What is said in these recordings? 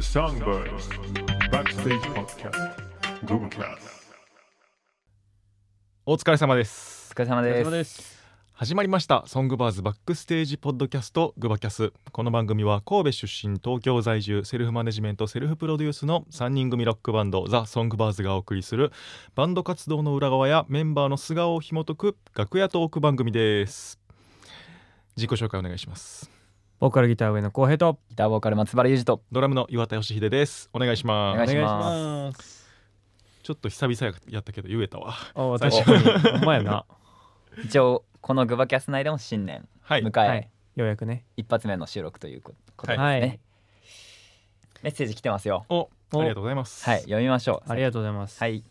Songbirds Backstage Podcast Googlecast お疲れ様ですお疲れ様です。始まりましたソングバーズバックステージポッドキャストグバキャスこの番組は神戸出身東京在住セルフマネジメントセルフプロデュースの3人組ロックバンドザ・ソングバーズがお送りするバンド活動の裏側やメンバーの素顔を紐解く楽屋トーク番組です自己紹介お願いしますボーカルギター上野浩平とギターボーカル松原裕二とドラムの岩田義秀ですお願いしおま願いすしおます。ちょっと久々やったけど言えたわああ最確かにほんま やな一応このグバキャス内でも新年はい迎え、はいようやくね一発目の収録というこことですね、はいメッセージ来てますよ。おありがとうございますはい、読みましょう。ありがとうございますはい。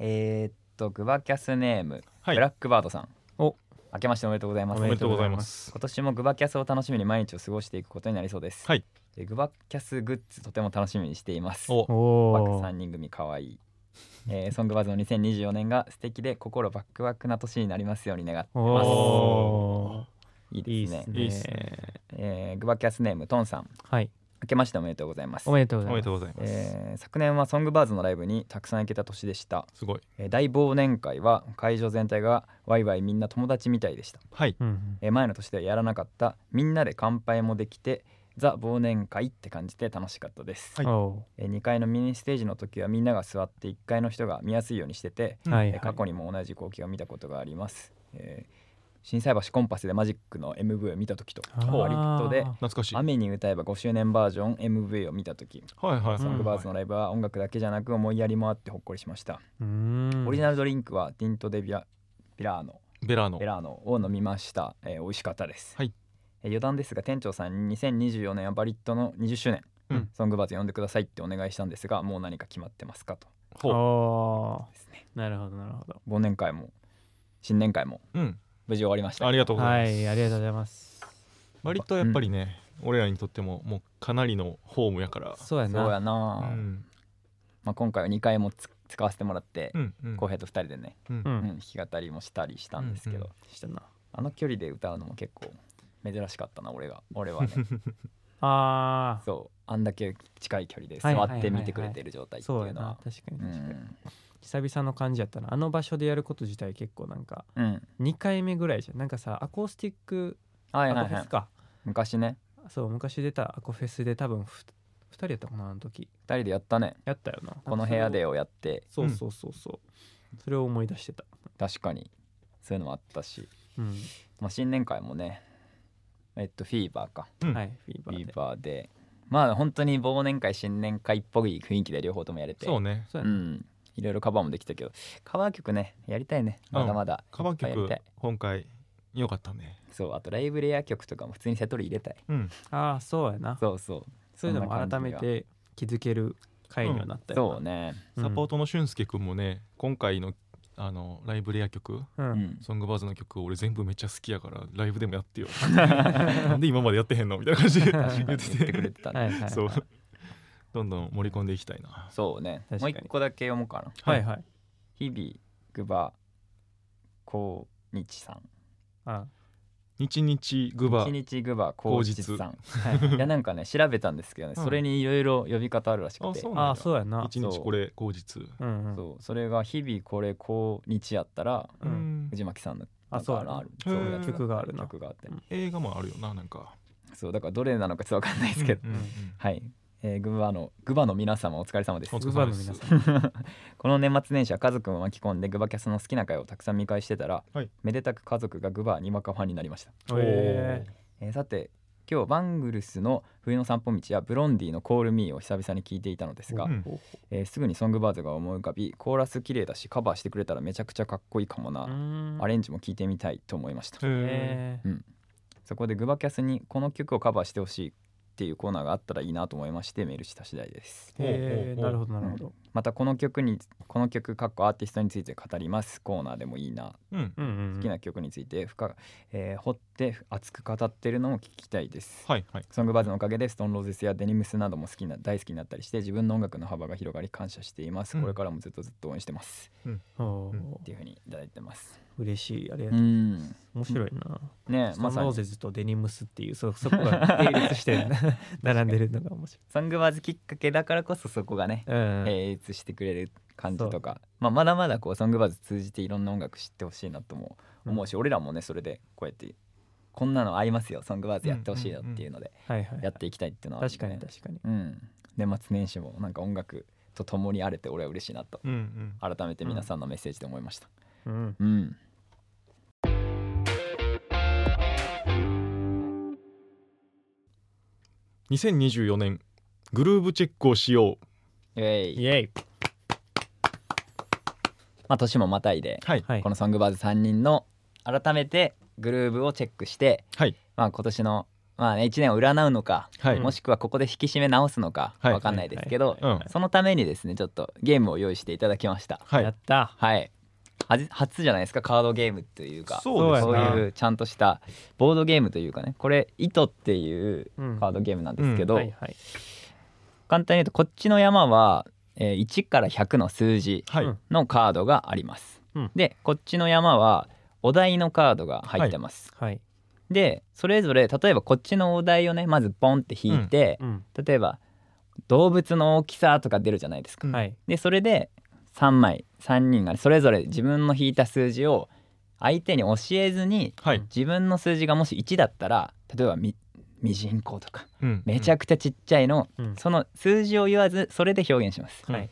えー、っとグバキャスネーム、はいブラックバードさん。お明けましておめでとうございます。おめでとうございます今年もグバキャスを楽しみに毎日を過ごしていくことになりそうです。はいで。グバキャスグッズとても楽しみにしています。おおバックお3人組かわいい。えー、ソングバズの2024年が素敵で心バックバックな年になりますように願っておます。おいいいいでっすすねね。いいっすねえーグバキャスネームトンさん、はい明けましておめでとうございますお。めでとうごおめざいでとまうございます、えー昨年はソングバーズのライブにたくさん行けた年でした、すごいえー大忘年会は会場全体がワイワイみんな友達みたいでした、はいすうんえー前の年ではやらなかったみんなで乾杯もできてザ忘年会って感じで楽しかったです、はいおえ2階のミニステージの時はみんなが座って1階の人が見やすいようにしてて、ーはいえー過去にも同じ光景を見たことがあります、えー心斎橋コンパスでマジックの MV を見た時とあー割とで懐かしいはい雨に歌えば5周年バージョン MV を見た時はいはい、うソンんグバーズのライブは音楽だけじゃなく思いやりもあってほっこりしました、うーんオリジナルドリンクはティント・デビアピラーノベラーノベラーノを飲みました、えー、美味しかったです、はいえー余談ですが店長さんに2024年はバリットの20周年、うんソングバーズ呼んでくださいってお願いしたんですがもう何か決まってますかとほうおですねーなるほどなるほど忘年会も新年会もうん無事終わりましたありがとうございはます、いありがとうございます割とやっぱりね、俺らにとってももうかなりのホームやからそうやそううやななあ、んまあ、今回は2回もつ使わせてもらってうんうん浩平、と2人でね、うんううんん弾き語りもしたりしたんですけど、うんうんしたなあの距離で歌うのも結構珍しかったな俺が俺 はねあそうあんだけ近い距離ではい座はいはっいはいて見てくれてる状態ーっていそううやのはな確かにう確かにん久々の感じやったなあの場所でやること自体結構なんかうん2回目ぐらいじゃんなんかさアコースティックはいアはコいフはェいスか昔ねそう昔出たアコフェスで多分ふ2人やったかなあの時2人でやったねやったよなこの部屋でをやってそうそうそうそう、それを思い出してた確かにそういうのもあったし、うん、まあ、新年会もねえっとフィーバーかうんはいフィフーィバーでーバーでまあ本当に忘年会新年会っぽい雰囲気で両方ともやれてそうねそうやうね、んいろいろカバーもできたけどカバー曲ねやりたいねうんまだまだカバーいっぱいやり曲たい今回良かったねそうあとライブレア曲とかも普通にセトリ入れたいうんああそうやなそうそうそういうのもそんな改感じめがて気づける回にはなったよな、そうねうんサポートの俊介くんもね今回のあのライブレア曲うん、うんソングバーズの曲俺全部めっちゃ好きやからライブでもやってよ なんで今までやってへんのみたいな感じで確かに言言っっててくれててたねはい はいそうどんどん盛り込んでいきたいなそうね確もうかに一個だけ読もうかなはいはい日々グバこう日さんあ日日グバ一日グバこう日さんはいいやなんかね調べたんですけどねうんそれにいろいろ呼び方あるらしくあてそうあなあんだそうやな一日これ後日うんうんそうそれが日々これこう日やったらうん藤巻さんのあそうなやんかなるへーそうやつ曲があるな曲があってうん映画もあるよななんかそうだからどれなのかちょっとわかんないですけどうんうんはいえーグバのグバの皆様お疲れ様ですお疲れグ様バでのす皆さん この年末年始は家族も巻き込んでグバキャスの好きな回をたくさん見返してたら、はいめでたく家族がグバにわかファンになりました、うんへえーさて今日バングルスの冬の散歩道やブロンディのコールミーを久々に聞いていたのですが、うんーえーすぐにソングバーズが思い浮かびコーラス綺麗だしカバーしてくれたらめちゃくちゃかっこいいかもな、うんアレンジも聞いてみたいと思いました、へへそこでグバキャスにこの曲をカバーしてほしいっていうコーナーがあったらいいなと思いましてメールした次第ですえおうおうおうなるほどなるほどまたこの曲にこの曲かっこアーティストについて語りますコーナーでもいいなうんうんうんうん、好きな曲について深、えー掘って熱く語ってるのも聞きたいです、はいはいソングバーズのおかげでストーンローゼスやデニムスなども好きな大好きになったりして自分の音楽の幅が広がり感謝しています、うんこれからもずっとずっと応援してますおーうんっていうふうにいただいてます嬉しいありがうとう、ん面白いな、ねスまトさノーにゼズとデニムスっていうそ そこが並列して並んでるのが面白いソングバーズきっかけだからこそそこがね、うん並列してくれる感じとか、まあ、まだまだこうソングバーズ通じていろんな音楽知ってほしいなとも思うし、俺らもねそれでこうやってこんなの合いますよソングバーズやってほしいよっていうのではいはいやっていきたいっていうのは、確かに確かにうん、年末年始もなんか音楽と共にあれて俺は嬉しいなとうんうん改めて皆さんのメッセージで思いました。うんうん、 2024年グルーブチェックをしようイエイイエイまあ年もまたいで、はいはいこのソングバーズ3人の改めてグルーブをチェックして、はいまあ、今年の、まあね、1年を占うのか、はいもしくはここで引き締め直すのかはいわかんないですけど、はいはいはいそのためにですねちょっとゲームを用意していただきました。はやっいたはいはじ初じゃないですかカードゲームというかそうですねそういうちゃんとしたボードゲームというかねこれ「糸」っていうカードゲームなんですけど、はいはい簡単に言うとこっちの山は、えー1から100の数字はいうんのカードがあります、うんでこっちの山はお題のカードが入ってます、はいでそれぞれ例えばこっちのお題をねまずポンって引いて、うん例えば動物の大きさとか出るじゃないですか、うんはいでそれで3枚3人がそれぞれ自分の引いた数字を相手に教えずにはい自分の数字がもし1だったら例えばみミジンコとかうんめちゃくちゃちっちゃいの、うんその数字を言わずそれで表現します。はい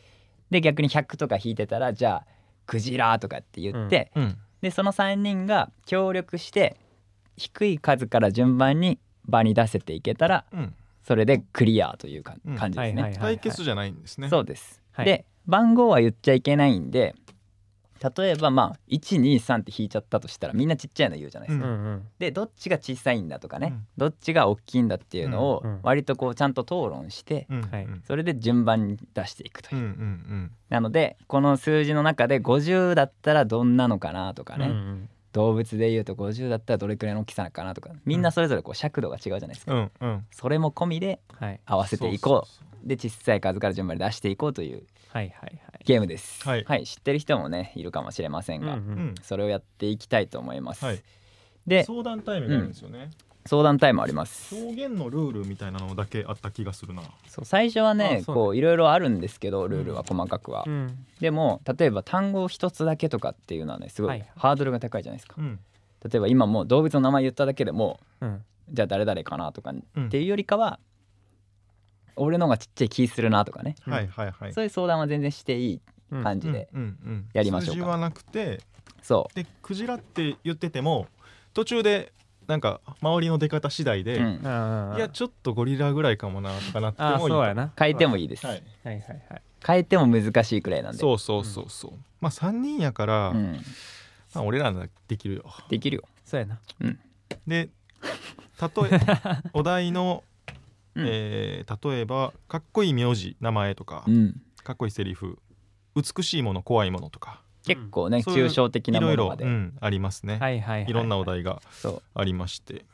で逆に100とか引いてたらじゃあクジラとかって言って、うんでその3人が協力して低い数から順番に場に出せていけたらうんそれでクリアというかうん感じですね。対決じゃないんですねそうです、はいで番号は言っちゃいけないんで例えばまあ123って引いちゃったとしたらみんなちっちゃいの言うじゃないですか。うんうんでどっちが小さいんだとかね、うんどっちが大きいんだっていうのをうんうん割とこうちゃんと討論して、うんはいうんそれで順番に出していくというう、んうんなのでこの数字の中で50だったらどんなのかなとかね、うん動物でいうと50だったらどれくらいの大きさかなとかみんなそれぞれこう尺度が違うじゃないですか、うんうんうんそれも込みではい合わせていこうそそで小さい数から順番に出していこうというはいはいはいゲームです、はい知ってる人もねいるかもしれませんが、うんううんんそれをやっていきたいと思います、はいで相談タイムがあるんですよね相談タイムあります表現のルールみたいなのだけあった気がするなそう最初はねあそうねこういろいろあるんですけどルールは細かくは、うんでも例えば単語を一つだけとかっていうのはねすごはいいハードルが高いじゃないですか、うん例えば今もう動物の名前言っただけでもうんじゃあ誰々かなとかっうんていうよりかは、俺のがちっちゃい気するなとかね、うんはいはいはいそういう相談は全然していうんい感じで、うんうんうんやりましょうか数字はなくてそでクジラって言ってても途中でなんか周りの出方次第う、で、うんうんうんうんいやちょっとゴリラぐらいかもなとかなってああもいいそうやな変えてもいいです、はい、はいはいはい変えても難しいくらいなんでそうそうそうそう、まあ3人やから、うん、まあ、俺らならできるよできるよ、そうやなで例え お題の、うんえー例えばかっこいい名字名前とか、うん、かっこいいセリフ美しいもの怖いものとか結構ね、そういう抽象的いなもろいのろま、でうん、ありますね、はいはいはいいろんなお題がそうありまして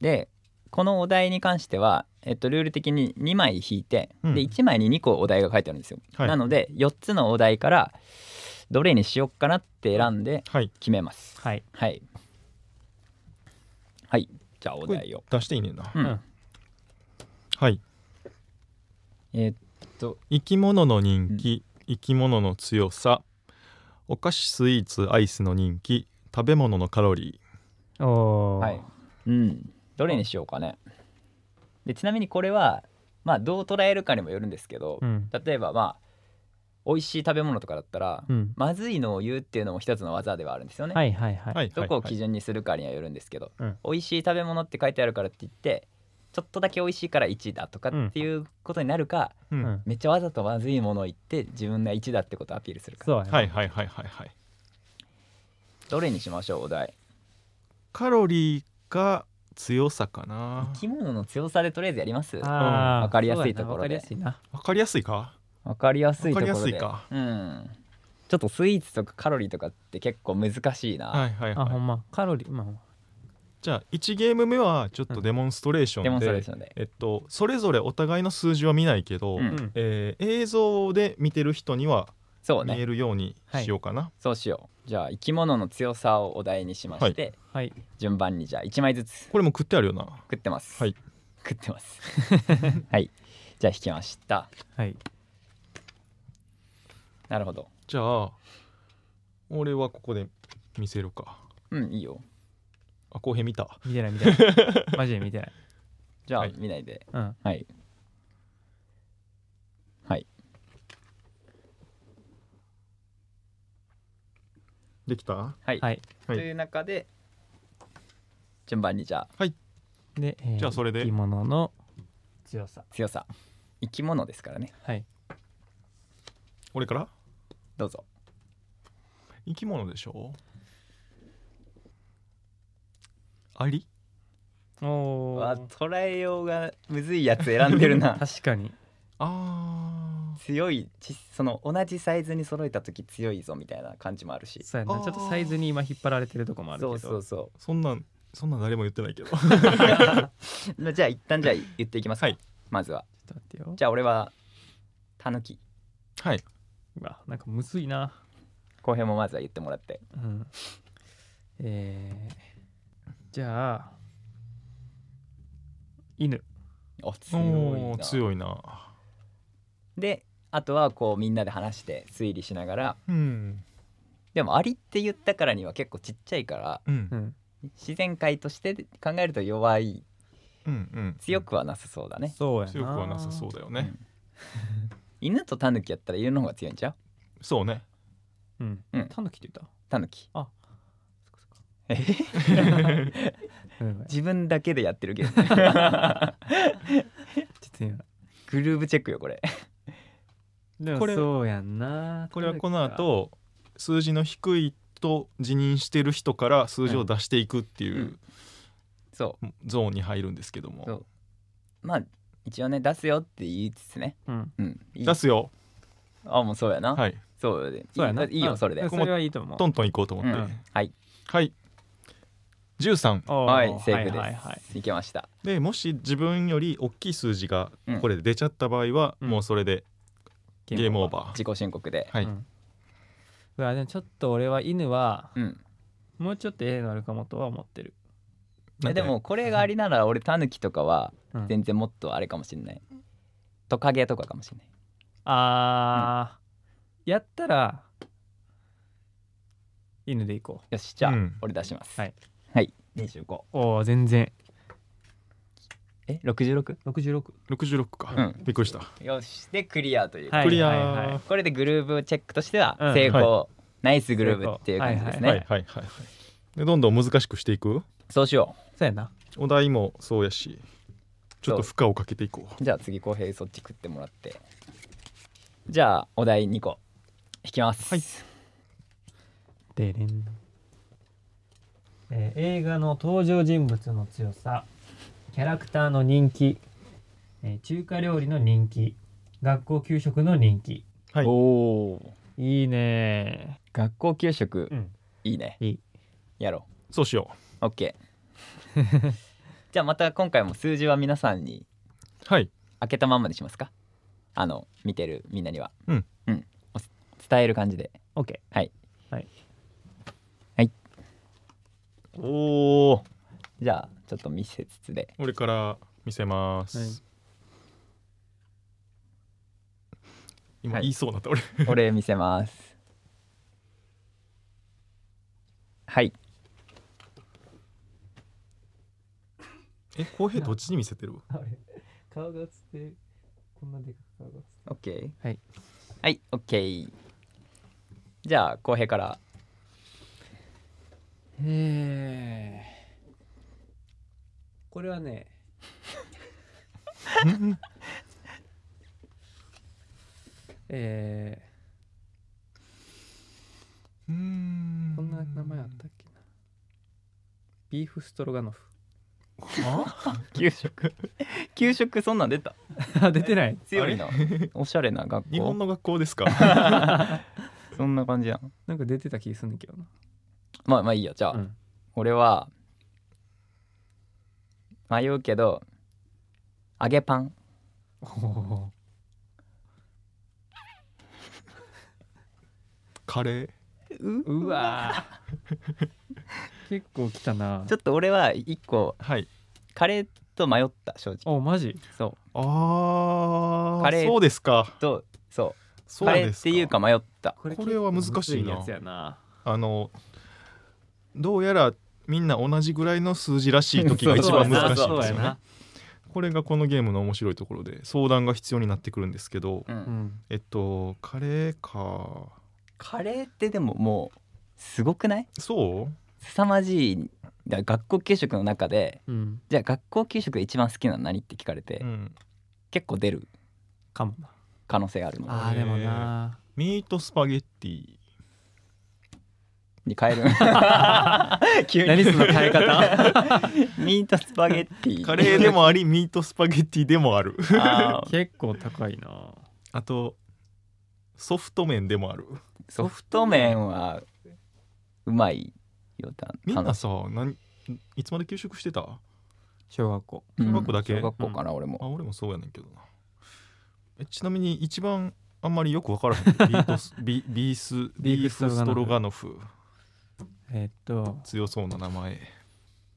でこのお題に関しては、えっと、ルール的に2枚引いて、うんで1枚に2個お題が書いてあるんですよ、はいなので4つのお題からどれにしよっかなって選んではい決めますはいはいはいじゃあお題を出していいねんな、うんうんはいえっと生き物の人気、生き物の強さお菓子スイーツアイスの人気食べ物のカロリおーはいうんどれにしようかねでちなみにこれはまあどう捉えるかにもよるんですけど、うん例えばまあ美味しい食べ物とかだったら、うんまずいのを言うっていうのも一つの技ではあるんですよね、はいはいー、はいはい、どこをは基い準にするかにはよるんですけど、うん美味しい食べ物って書いてあるからって言ってちょっとだけ美味しいから1だとかっていうことになるか、はいうんうんめっちゃわざとまずいものを言って自分が1だってことをアピールするかそうやなはいはいはいはいはいどれにしましょうお題カロリーか強さかな生き物の強さでとりあえずやりますあーうんわかりやすいところでそうやなわかりやすいなわかりやすいかわかりやすいところでわかりやすいかうん、ちょっとスイーツとかカロリーとかって結構難しいな、はいはいあはほいんまカロリーまじゃあ1ゲーム目はちょっとデモンストレーションで、デモンストレーションで、えっと、それぞれお互いの数字は見ないけど、うんあうんえー映像で見てる人にはそう見えねるようにしようかな、そうしようじゃあ生き物の強さをお題にしまして、はい順番にじゃあ1枚ずつこれも食ってあるよな食ってます、はい食ってます はいじゃあ引きましたはいなるほどじゃあ俺はここで見せるかうんいいよあ浩平見た見てない見てない マジで見てないじゃあ、はい見ないでうんはいはいできたはい、はいはいという中で順番にじゃあで、えーじゃあそれで生き物の強さ強さ生き物ですからねはい俺からどうぞ生き物でしょアリおうおわ捉えようがむずいやつ選んでるな確かにあ強いちその同じサイズに揃えた時強いぞみたいな感じもあるしそうやなあーちょっとサイズに今引っ張られてるとこもあるけそどうそうそーそんなんそんなん誰も言ってないけどうじゃあ一旦じゃあ言っていきますか、はいまずはちょっと待ってよじゃあ俺はタヌキはいうわなんかむずいな後編もまずは言ってもらってうんえー、じゃあ犬お強いおなー強いなであとはこうみんなで話して推理しながらうんでもアリって言ったからには結構ちっちゃいからうんうん自然界として考えると弱いうんうん強くはなさそうだね、そうやな強くはなさそうだよね、犬とタヌキやったら犬の方が強いんちゃうそうねうんうんタヌキって言っタヌキ たそっかえへへそっかうんちょ自分だけでやってるけどね っと今グルーブチェックよこれでもこれそうやんなこれはこの後数字の低いと辞任してる人から数字を出していくっていうそゾーンに入るんですけどそもうまあ一応ね出すよって言いつつねうんうんいい出すよあもうそうやな、はいそうでそうやないいよそれで、うんそれはいいと思うトントンいこうと思うって、ん、はいはい13おーはいセーフです、はいいはいけましたでもし自分より大きい数字がうんこれで出ちゃった場合は、うん、もうそれでゲームオーバー、自己申告で、はいうんうわでもちょっと俺は犬はうんもうちょっとええのあるかもとは思ってるなんかねでもこれがありなら俺タヌキとかはうん全然もっとあれかもしれないトカゲとかかもしれないあーやったら犬でいこよしじゃあ、うん俺出しますはい、はい、25うおー全然え 66? 66 66か、うんびっくりした、よしでクリアという、はいクリアはいーはいこれでグルーブチェックとしてはうん成功、はナイスグルーブっていう感じですね、成功はいはいはいでどんどん難しくしていくそうしよそうやなお題もそうやしちょっと負荷をかけていこううじゃあ次浩平そっち食ってもらってじゃあお題2個引きますはいでれん、えー映画の登場人物の強さキャラクターの人気、えー中華料理の人気学校給食の人気はいおおいいね学校給食、うんいいねいいやろそうしよう OK じゃあまた今回も数字は皆さんにうはい開けたまんまにしますかあの見てるみんなにはうん、うん、お伝える感じで OK おおじゃあちょっと見せつつで 俺から見せます、はい今はい言いそうになった俺俺見せますはいえ浩平どっちに見せてる顔が映ってるこんなでかく顔が映って OK はいはい OK じゃあ浩平からえこれは ねえうーんこんな名前あったっけなビーフストロガノフあ給食 給食そんなん出たあ出てない強いな おしゃれな学校日本の学校です かそんな感じやんなんか出てた気すんねんけどなまあまあいいよじゃあ、うん俺は迷うけど揚げパンおカレーーうわー 結構きたなちょっと俺は一個はいカレーと迷った正直おマジそあカレーそうですかうとそそううカレでーっすていうか迷ったこれこれは難しいな結構むずやつやなあのどうやらみんな同じぐらいの数字らしい 時が一番難しいんそうですやよねなこれがこのゲームの面白いところで相談が必要になってくるんですけど、うんうんえっとカレーかカレーってでももうすごくないそう凄まじいだから学校給食の中でうんじゃあ学校給食で一番好きなの何って聞かれて、うん、結構出るかもな可能性があるのあーでもなミートスパゲッティに変える 急に何その変え 方 ミートスパゲッティカレーでもあ りミートスパゲッティでもあるあー結構高いなあとソフト麺でもある ソフト麺はうまいよたみんな話さなんいつまで給食してたあ小学校うん小学校だけ小学校かな、俺も俺もそうやねんけどなえちなみに一番あんまりよく分 からへんけどビートスビビースビーフビーフストロガノフえーっと強そうな名前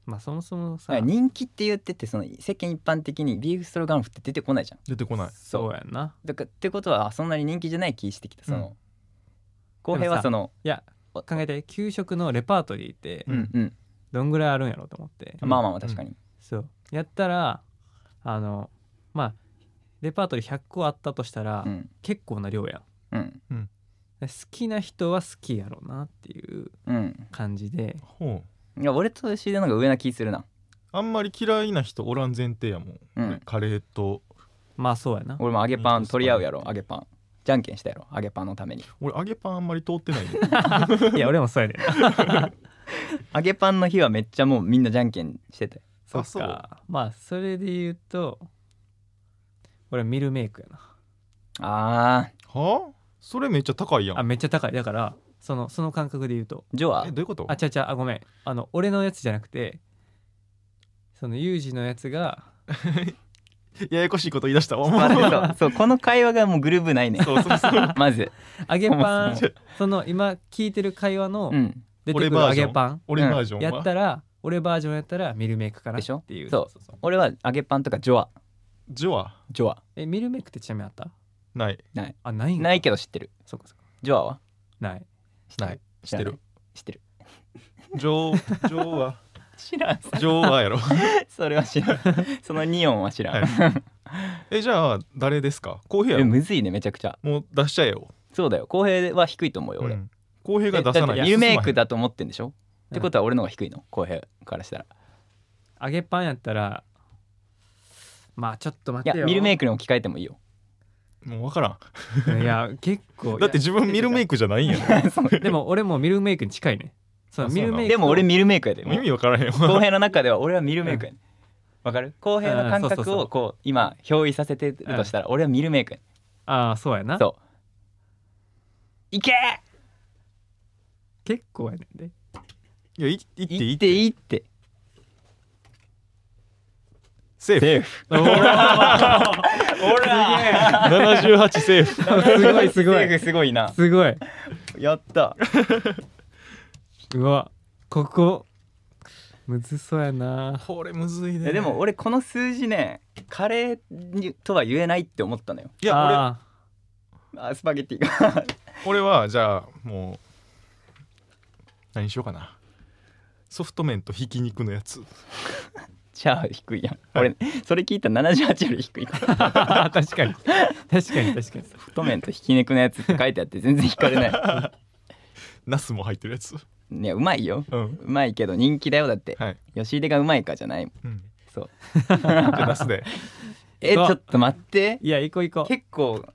まあそもそもだかさら人気って言っててその世間一般的にビーフストロガノフって出てこないじゃん出てこないそうやんなだからってことはそんなに人気じゃない気してきたその、うん浩平はそのいや考えて給食のレパートリーってうんうんうんどんぐらいあるんやろうと思って、うんまあまあまあ確かに、そうやったらあのまあレパートリー100個あったとしたら、うんうん結構な量やんうん好きな人は好きやろうなっていう感じでほういや俺と吉田の方が上な気するなあんまり嫌いな人おらん前提やもん、うんカレーとまあそうやな俺も揚げパン取り合うやろミー揚げパンじゃんけんしたやろ揚げパンのために俺揚げパンあんまり通ってないね いや俺もそうやでな揚げパンの日はめっちゃもうみんなじゃんけんしてて そあっそうかまあそれで言うと俺ミルメイクやなあーはあそれめっちゃ高いやあんめっちゃ高いだからそのその感覚で言うとジョはえどういうことあちゃちゃあごめんあの俺のやつじゃなくてそのユージのやつがややこしいこと言い出したわまあそうそうこの会話がもうグルーブないねそうそうそう まず揚げパンそもそその今聞いてる会話のうん出てく俺るバ揚ージョンげパン俺バージョンは、やったら俺バージョンやったらミルメイクかなでしょっていうそうそうそう俺は揚げパンとかジョアジョアジョアえミルメイクってちなみにあったないあないんかないけど知ってるそっかそっかジョアはないない知ってる知ってるジョージョーは知らん ジョーはや ろそれは知らんそのニオンは知らん、えじゃあ誰ですか浩平えやろむずいねめちゃくちゃもう出しちゃえよそうだよ公平は低いと思うよ俺、うん浩平えだがって出さないミルメイク進だと思ってんでしょ、うんってことは俺の方が低いの公平からしたら揚げパンやったらまあちょっと待いってよやミルメイククに置き換えてもいいよまへんもう分からいや結構んだってい自分ミルメイクじゃないんやろそうやでも俺もミルメイクに近いねそあうそうミなのルメイクでも俺ミルメイクやでもう意味分からへん公よ平の中では俺はミルメイクやねわかる公平の感うんそう覚そうそをうこう今表意させてるとしたら俺はミルメイクやねああそうやなそういけ結構やねんでいやいいっていいいっていいってセーフセーフほら78セー フすごいすごセーい フすごいなすごいやったうわここむずそうやなこれむずいいねやでも俺この数字ねカレーにとは言えないって思ったのよいやああスパゲッティが俺俺はじゃあもう何しようかなソフト麺とひき肉のやつじゃあ低いやん 俺それ聞いたら78より低いからー 確かに確かに確かに太麺とひき肉のやつって書いてあって全然引かれ ないナスも入ってるやついやうまいようんうまいけど人気だよだって、はい、吉出がうまいかじゃないうん、 そうじゃあナスでえちそうょっと待っていや行こう行こう結構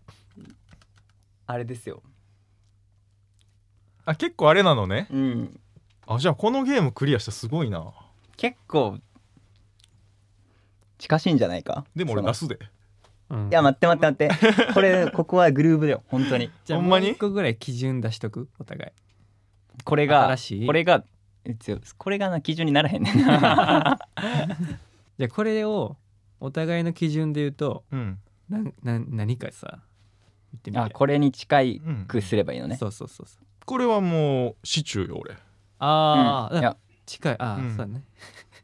あれですよあ結構あれなのねうんあじゃあこのゲームクリアしたらすごいな結構近しいんじゃないかでも俺その出すでうんいや待って待って待ってこれここはグルーブだよ本当にじゃあほんもまうに一個ぐらい基準出しとくお互いこれが新しいこれがえ強いこれがな基準にならへんねんなじゃあこれをお互いの基準で言うとうんなんなん何かさ言ってみてあこれに近いうんくすればいいのねそうそうそうそうこれはもうシチューよ俺ああ、うんいや近いああ、うんそうだね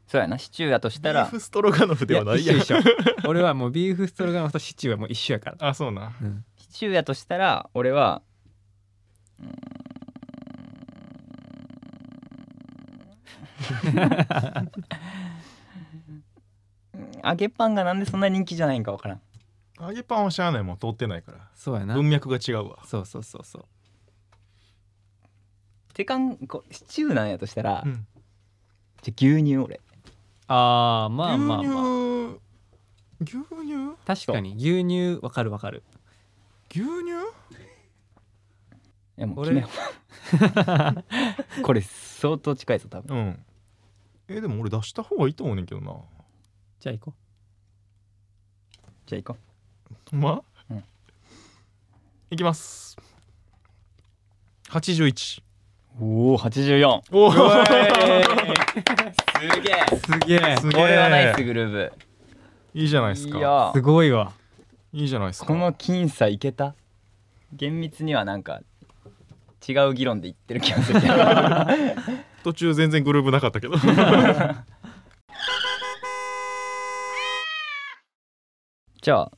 そうやなシチューやとしビたーらフストロガノフではないやんや一緒一緒俺はもうビーフストロガノフとシチューはもう一緒やからあそうなうんシチューやとしたら俺はうーんうん 揚げパンがなんでそんな人気じゃないんかわからん揚げパンはしゃあないもん通ってないからそうやな文脈が違うわそうそうそうそうてかんこシチューなんやとしたら、うんじゃあ牛乳俺ああまあまあまあ牛乳牛乳確かに牛乳わかるわかる牛乳いやもう決め俺ようこれ相当近いぞ多分うんえでも俺出した方がいいと思うねんけどなじゃあ行こじゃあ行こほんま、うんいきます81うおお84おおすげえうすげえすげこれはナイスえグルーブいいじゃないですかいやすごいわいいじゃないですかこの僅差いけた厳密にはなんか違う議論で言ってる気がするけど途中全然グルーブなかったけど じゃあ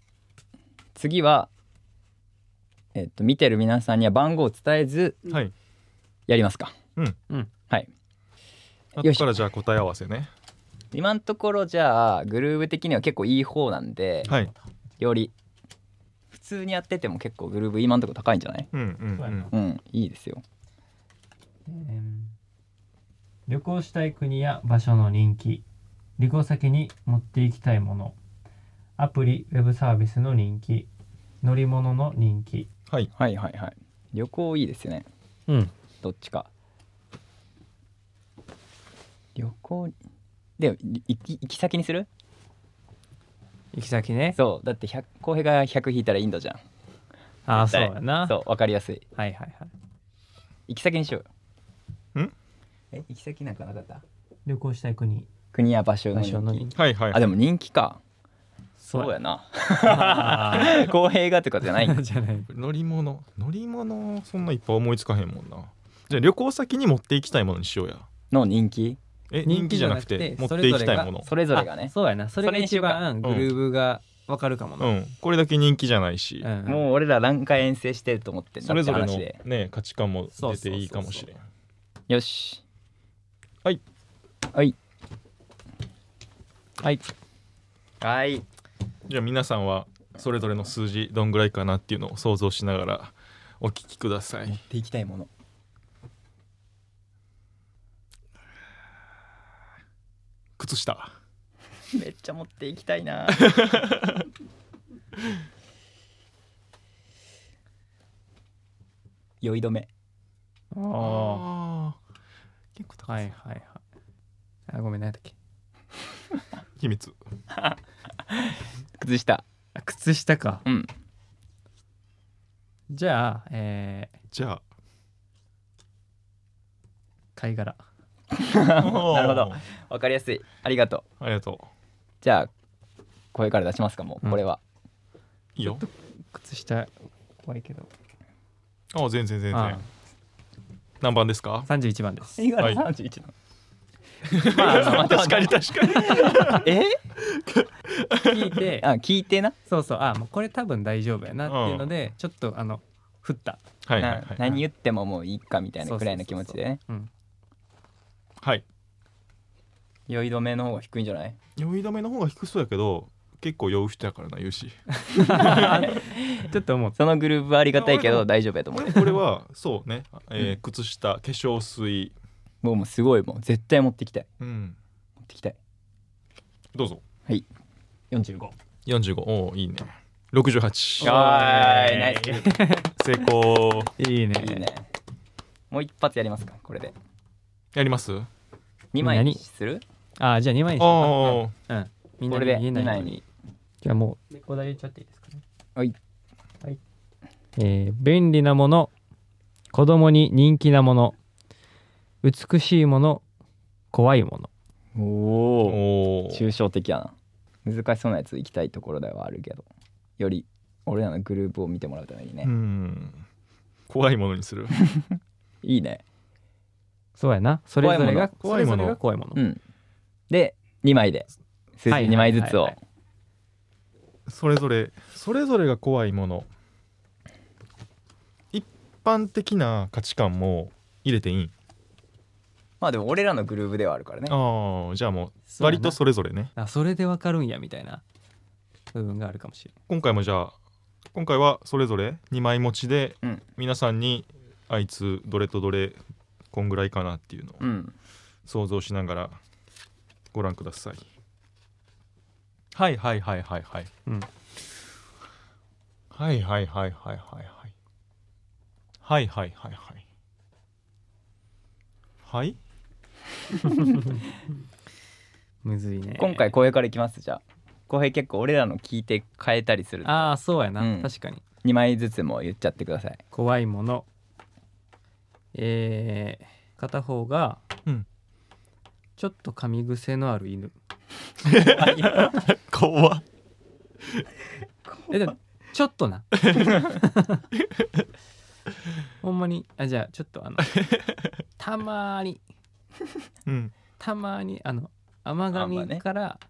次はえっと見てる皆さんには番号を伝えずはいやりますかあよといしょからじゃあ答え合わせね今のところじゃあグルーブ的には結構いい方なんで、はいより普通にやってても結構グルーブ今のところ高いんじゃないうんうそうんやなうんいいですようん旅行したい国や場所の人気旅行先に持っていきたいものアプリウェブサービスの人気乗り物の人気はいはいはいはい旅行いいですよねうんどっちか旅行でもい行き行き先にする行き先ね そうだって100浩平が100引いたらインドじゃんああ絶そう対やなそう分かりやすいはいはいはい行き先にしようんえ行き先なんかなかった旅行したい国国や場所の場人気所の人気はいはいあでも人気かそそううややな な公平がとかじゃない じゃない乗り物乗り物そんないっぱい思いつかへんもんなじゃあ旅行先に持っていきたいものにしようやの人 気え人人気気じじゃゃななくくてて持っていきたいものそれぞれがねあそうやなそれが一番そグれにしようかルーブがわかるかもな、うんこれだけ人気じゃないし、うんもう俺ら何回遠征してると思ってんだそれぞれっての話でね価値観も出ていいかもしれんよしはいはいはいはいじゃあ皆さんはそれぞれの数字どんぐらいかなっていうのを想像しながらお聞きくださいていきたいもの靴下めっちゃ持っていきたいな 酔い止めああー結構あ高、はいいはいはいあごめん何だっけ秘密靴下あ靴下かうんじゃあえー、じゃ貝殻あなる なるほどわかりやすいありがとうありがとじゃあ声から出しますかもううんこれは、ういいよ靴下怖いけどあ全然全あ然何番です か31番です今の31の、確かに確かに え聞いて あ聞いてな、そうそうあもうこれ多分大丈夫やなっていうので、ちょっとあの振ったはいはいなはい何言ってももういいかみたいなくらいの気持ちでねうんはい酔い止めの方が低いんじゃない酔い止めの方が低そうやけど結構酔う人やからな言うしちょっと思っそのグループありがたいけいやど俺も大丈夫やと思でうも これはそうね、えー靴下化粧水もうもうすごいもう絶対持ってきたいうん持ってきたいどうぞ45 45おおいいね68はーいナイス成功たいいねいいね もう一発やりますかこれでやります2枚にするあじゃあ2枚にしあよあうかうんみんこなれにで見え見なないいようににじゃあもでこだわり言っちゃっていいですかねう、えー便利なもの子供に人気なもの美しいもの怖いものおおおおー。抽象的やな難しそうなやつ行きたいところではあるけどより俺らのグループを見てもらうためにね、うん。怖いものにする。いいねそうやなそれぞれが怖いものそれぞれが怖いものうんで2枚で数字はい2枚ずつを、はいはいそれぞれそれぞれが怖いもの。一般的な価値観も入れていいん。まあでも俺らのグループではあるからねああ、じゃあもうそうやな割とそれぞれね。あそれでわかるんやみたいな部分があるかもしれ今回もじゃあ今回はそれぞれ2枚持ちで、うん皆さんにあいつどれとどれこんぐらいかなっていうのをうん想像しながらご覧くださいはいはいはいはいはい、うんはいはいはいはいはいはいはいはいはいはいはいないむずいね今回浩平からいきますじゃあ浩平結構俺らの聞いて変えたりするああそうやな、うん確かに2枚ずつも言っちゃってくだ さい怖いものえー、片方が、うんちょっと噛み癖のある犬怖っ えでもちょっとな ほんまにあじゃあちょっと あのたまーにうんたまーにあの甘噛あまあねみから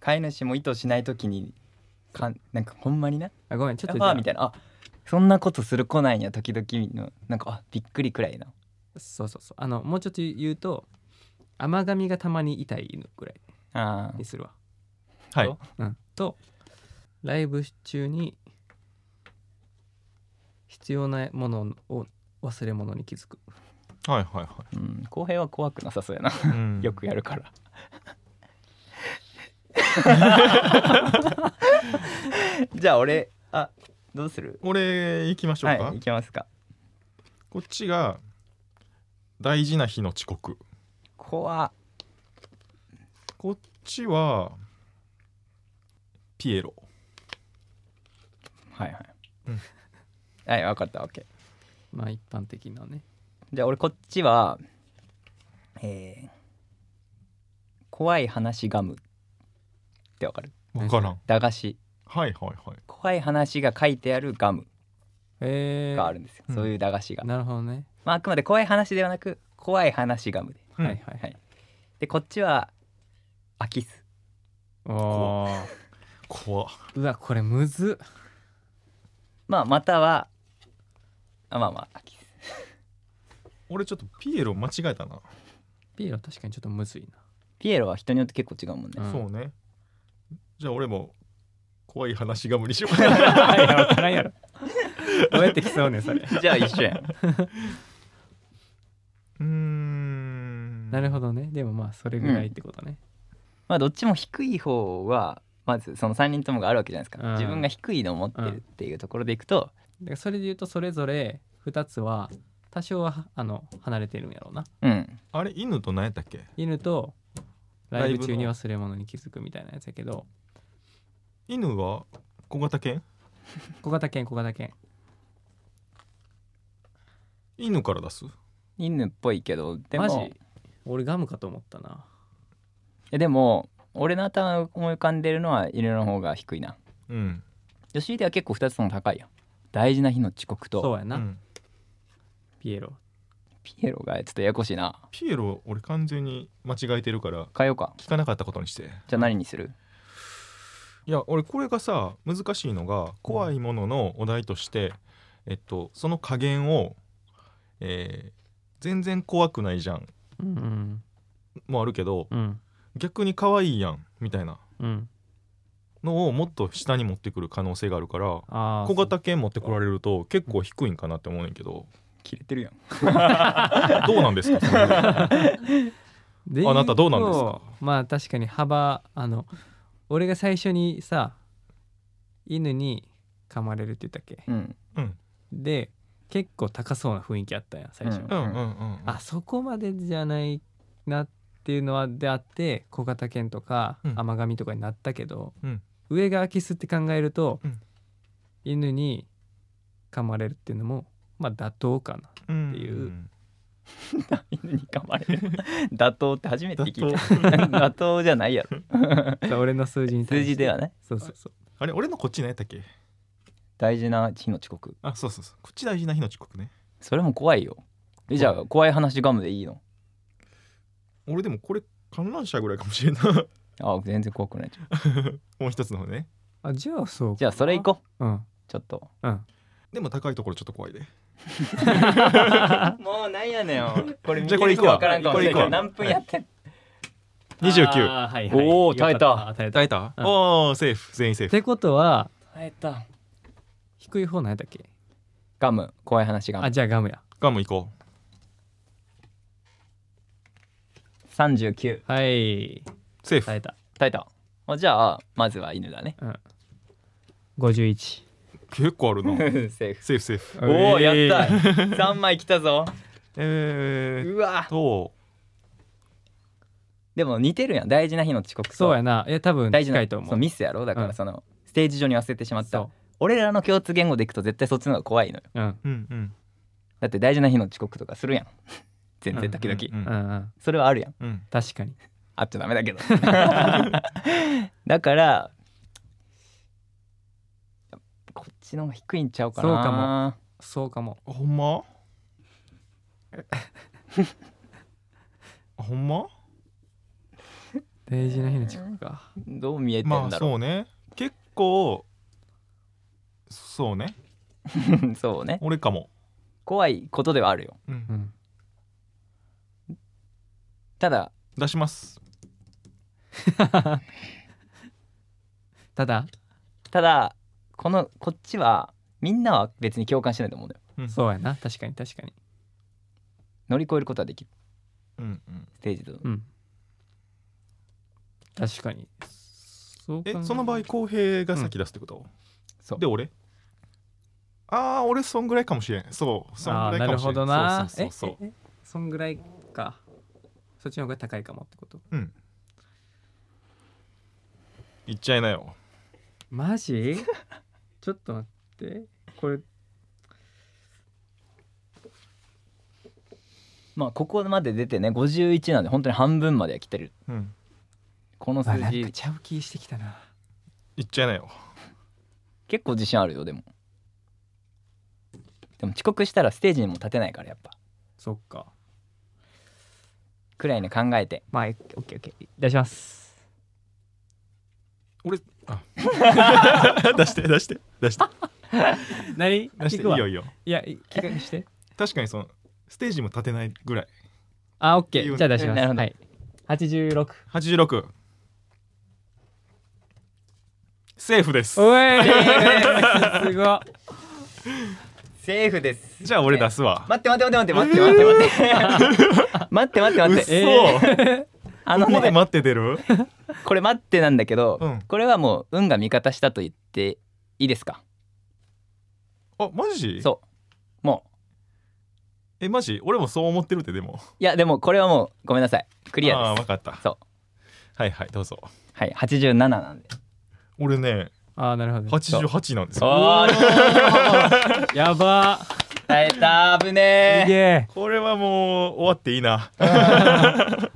飼い主も意図しない時にかんなんかほんまになあごめんちょヤっッとじゃバあーみたいなあそんなことする子なんや時々のなんかあびっくりくらいなそうそうそうあのもうちょっと言うと甘噛みがたまに痛い犬ぐらいあーにするわはいとうん、とライブ中に必要なものを忘れ物に気づくはいはいはうん浩平は怖くなさそうやない、うんよくや るからじゃあ俺あどうする俺行きましょはういか、行きますかこっちが大事な日の遅刻怖っこっちはピエロはいはい、うんはい分かった OK まあ一般的なねじゃあ俺こっちはえー、怖い話ガムってわかる分からん駄菓子はいはいはい怖い話が書いてあるガムえがあるんですよ、うんそういう駄菓子が、なるほどねまあ、あくまで怖い話ではなく怖い話ガムで、うんはいはいはい、でこっちは空き巣おー怖っうわこれむずっまあまたはあまあまあ空き巣俺ちょっとピエロ間違えたな、ピエロ確かにちょっとむずいなピエロは人によって結構違うもんね、うん そうねじゃあ俺も怖い話が無理しようかないや分からん やろどうやって競うねんそれ じゃあ一緒やんうーんなるほどどねでもまあそれぐらいってことね、まあどっちも低い方はまずその3人ともがあるわけじゃないですか、うん自分が低いのを持ってるっていうところでいくと、だからそれで言うとそれぞれ2つは多少はあの離れてるんやろうなうん、あれ犬と何やったっけ犬とライブ中ライブにの忘れ物に気づくみたいなやつやけど犬は小型犬小型犬小型犬犬から出す犬っぽいけどでもマジ俺ガムかと思ったなえでも俺の頭に思い浮かんでるのは犬の方が低いなうん吉井では結構2つとも高いやん大事な日の遅刻そうとやな、うんピエロピエロがちょっとややこしいなピエロ俺完全に間違えてるから変えようか聞かなかったことにしてじゃあ何にするいや俺これがさ難しいのが怖いもののお題として、えっとその加減を、えー全然怖くないじゃんうんもあるけどうん逆に可愛いやんみたいなうんのをもっと下に持ってくる可能性があるからああ小型犬持ってこられると結構低いんかなって思うねんけど切れてるやんどうなんですかそれはあなたどうなんですかまあ確かに幅あの俺が最初にさ犬に噛まれるって言ったっけ うんで結 構高そうな雰囲気あったやん最初、ううんんうんうんあそこまでじゃないなっっていうのはであって小型犬とかうん甘噛みとかになったけど、うん上が空き巣って考えると、うん犬に噛まれるっていうのもまあ妥当かうなんっていうん犬に噛まれる 妥当って初めて聞いた妥妥当じゃないやろ だから俺の数字に対数して字ではねそうそうそうあれ俺のこっち何やったっけ大事な日の遅刻あそうそうそうこっち大事な日の遅刻ねそれも怖いよえじゃあ怖い話ガムでいいの俺でもこれ観覧車ぐらいかもしれんな あ全然怖くないもう一つの方ねあじゃあそうじゃあそれ行こうううんちょっとうんでも高いところちょっと怖いでもうなんやね んこれじゃあこれ行こう見てる人わからんかもしれんけこれ行こどう何分やってん29あーはいはい、おー耐えたよかっ耐えた耐えた、うんおおセーフ全員セーっフてことは耐えた低い方なんやったっけガム怖い話ガあムじゃあガムやガム行こ39はいうセーフ、耐えた耐えたあじゃあまずは犬だね51結構あ るな セーフセーフセーフおおえーやった3枚来たぞえー、っ うわとでも似てるやん大事な日の遅刻とそうやないや多分大事近ないと思そうミスやろだかうんらその、ステージ上に忘れてしまっそた俺らの共通言語でいくと絶対そっちの方が怖いのよううんうんうんだって大事な日の遅刻とかするやん 全然時々、うんううんんうんそれはあるやんうん確かにあっちゃダメだけどだからこっちの方が低いんちゃうかなそうかもそうかもほんまほんま大事な日の遅刻かどう見えてんまあだろう、そうね結構そうね そうね俺かも、怖いことではあるようんうんただ出しますただただこのこっちはみんなは別に共感しないと思うんだよそうやな確かに確かに乗り越えることはできるうんうんステージとうん確かにそうえ考その場合浩平が先出すってこと、そうで俺ああ俺そんぐらいかもしれんそうそんあぐーらないかるもしれほんどなそうそうそうそうえええそんぐらいかそっちの方が高いかもってことうん言っちゃいなよマジ ちょっと待ってこれまあここまで出てね51なんで本当に半分までは来てるうんこの数あなんか字ちゃう気してきたな言っちゃいな よ結構自信あるよでもでも遅刻したらステージにも立てないからやっぱそっかくらいに考えてまあえオッケーオッケー出します俺あ出して出して出して何出して聞いいくわよいいよいやい企画 して確かにそのステージも立てないぐらいあオッケいいーよじゃあ出しまなるすほどはい86 86セーフですおえー、すごっセーフですじゃあ俺出すわ、待って待って待って待って待って待 って待って待うって待っっそ、てあのここでね待って出 るこれ待ってなんだけど、うんこれはもう運が味方したと言っていいですかあマジそうもえマジ俺もそう思ってるってでもういやでもこれはもうごめんなさいククリあアあで分すかったそうはいはいどうぞはい87なんで俺ねあーなるほど88なんですよおーやば耐えた危ーいねええこれはもう終わっていいな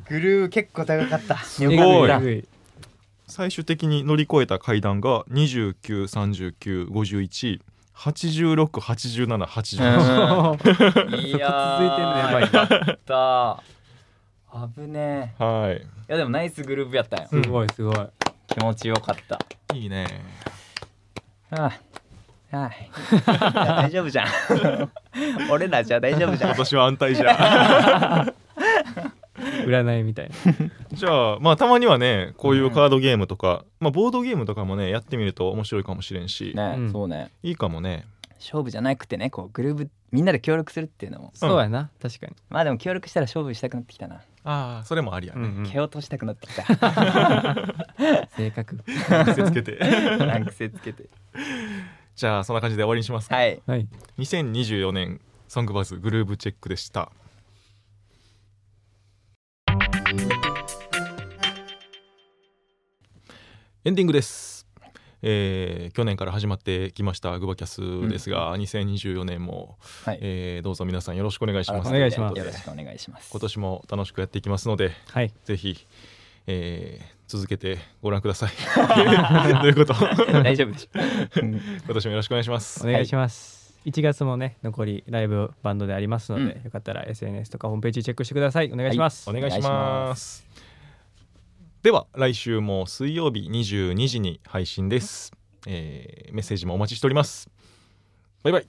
グルー結構高かったすえごいえぐい最終的に乗り越えた階段が293951868788え ぐいいやや ばいやった危ねはえいやでもナイスグループやったよすごいすごい。気持ちよかったいいいねああああ大丈夫じゃん 俺らじゃ大丈夫 じゃ今ん年は安泰じ ゃん占いみたいな。じゃあまあたまにはねこういうカードゲームとか、まあ、ボードゲームとかもねやってみると面白いかもしれんし、ね、うんそうねいいかもね勝負じゃなくてねこうグループみんなで協力するっていうのもそうやな、確かに。まあでも協力したら勝負したくなってきたな、ああそれもありやね、 蹴落としたくなってき た性格。癖つけ てなんか癖つけてじゃあそんな感じで終わりにしますか、はいはい。 2024年ソングバズグルーブチェックでしたエンディングです、えー去年から始まってきましたグバキャスですが、2024年も、はいえーどうぞ皆さんよろしくお願いしますお願いしますよろしくお願いします今年も楽しくやっていきますのではいぜひ、えー続けてご覧くださ いということ 今大丈夫でしょ 年もよろしくお願いしますお願いします、1月もね残りライブバンドでありますので、うんよかったら SNS とかホームページチェックしてくださいお願いします、おい願いしお願いしまますでは来週も水曜日22時に配信です、えーメッセージもお待ちしておりますバイバイ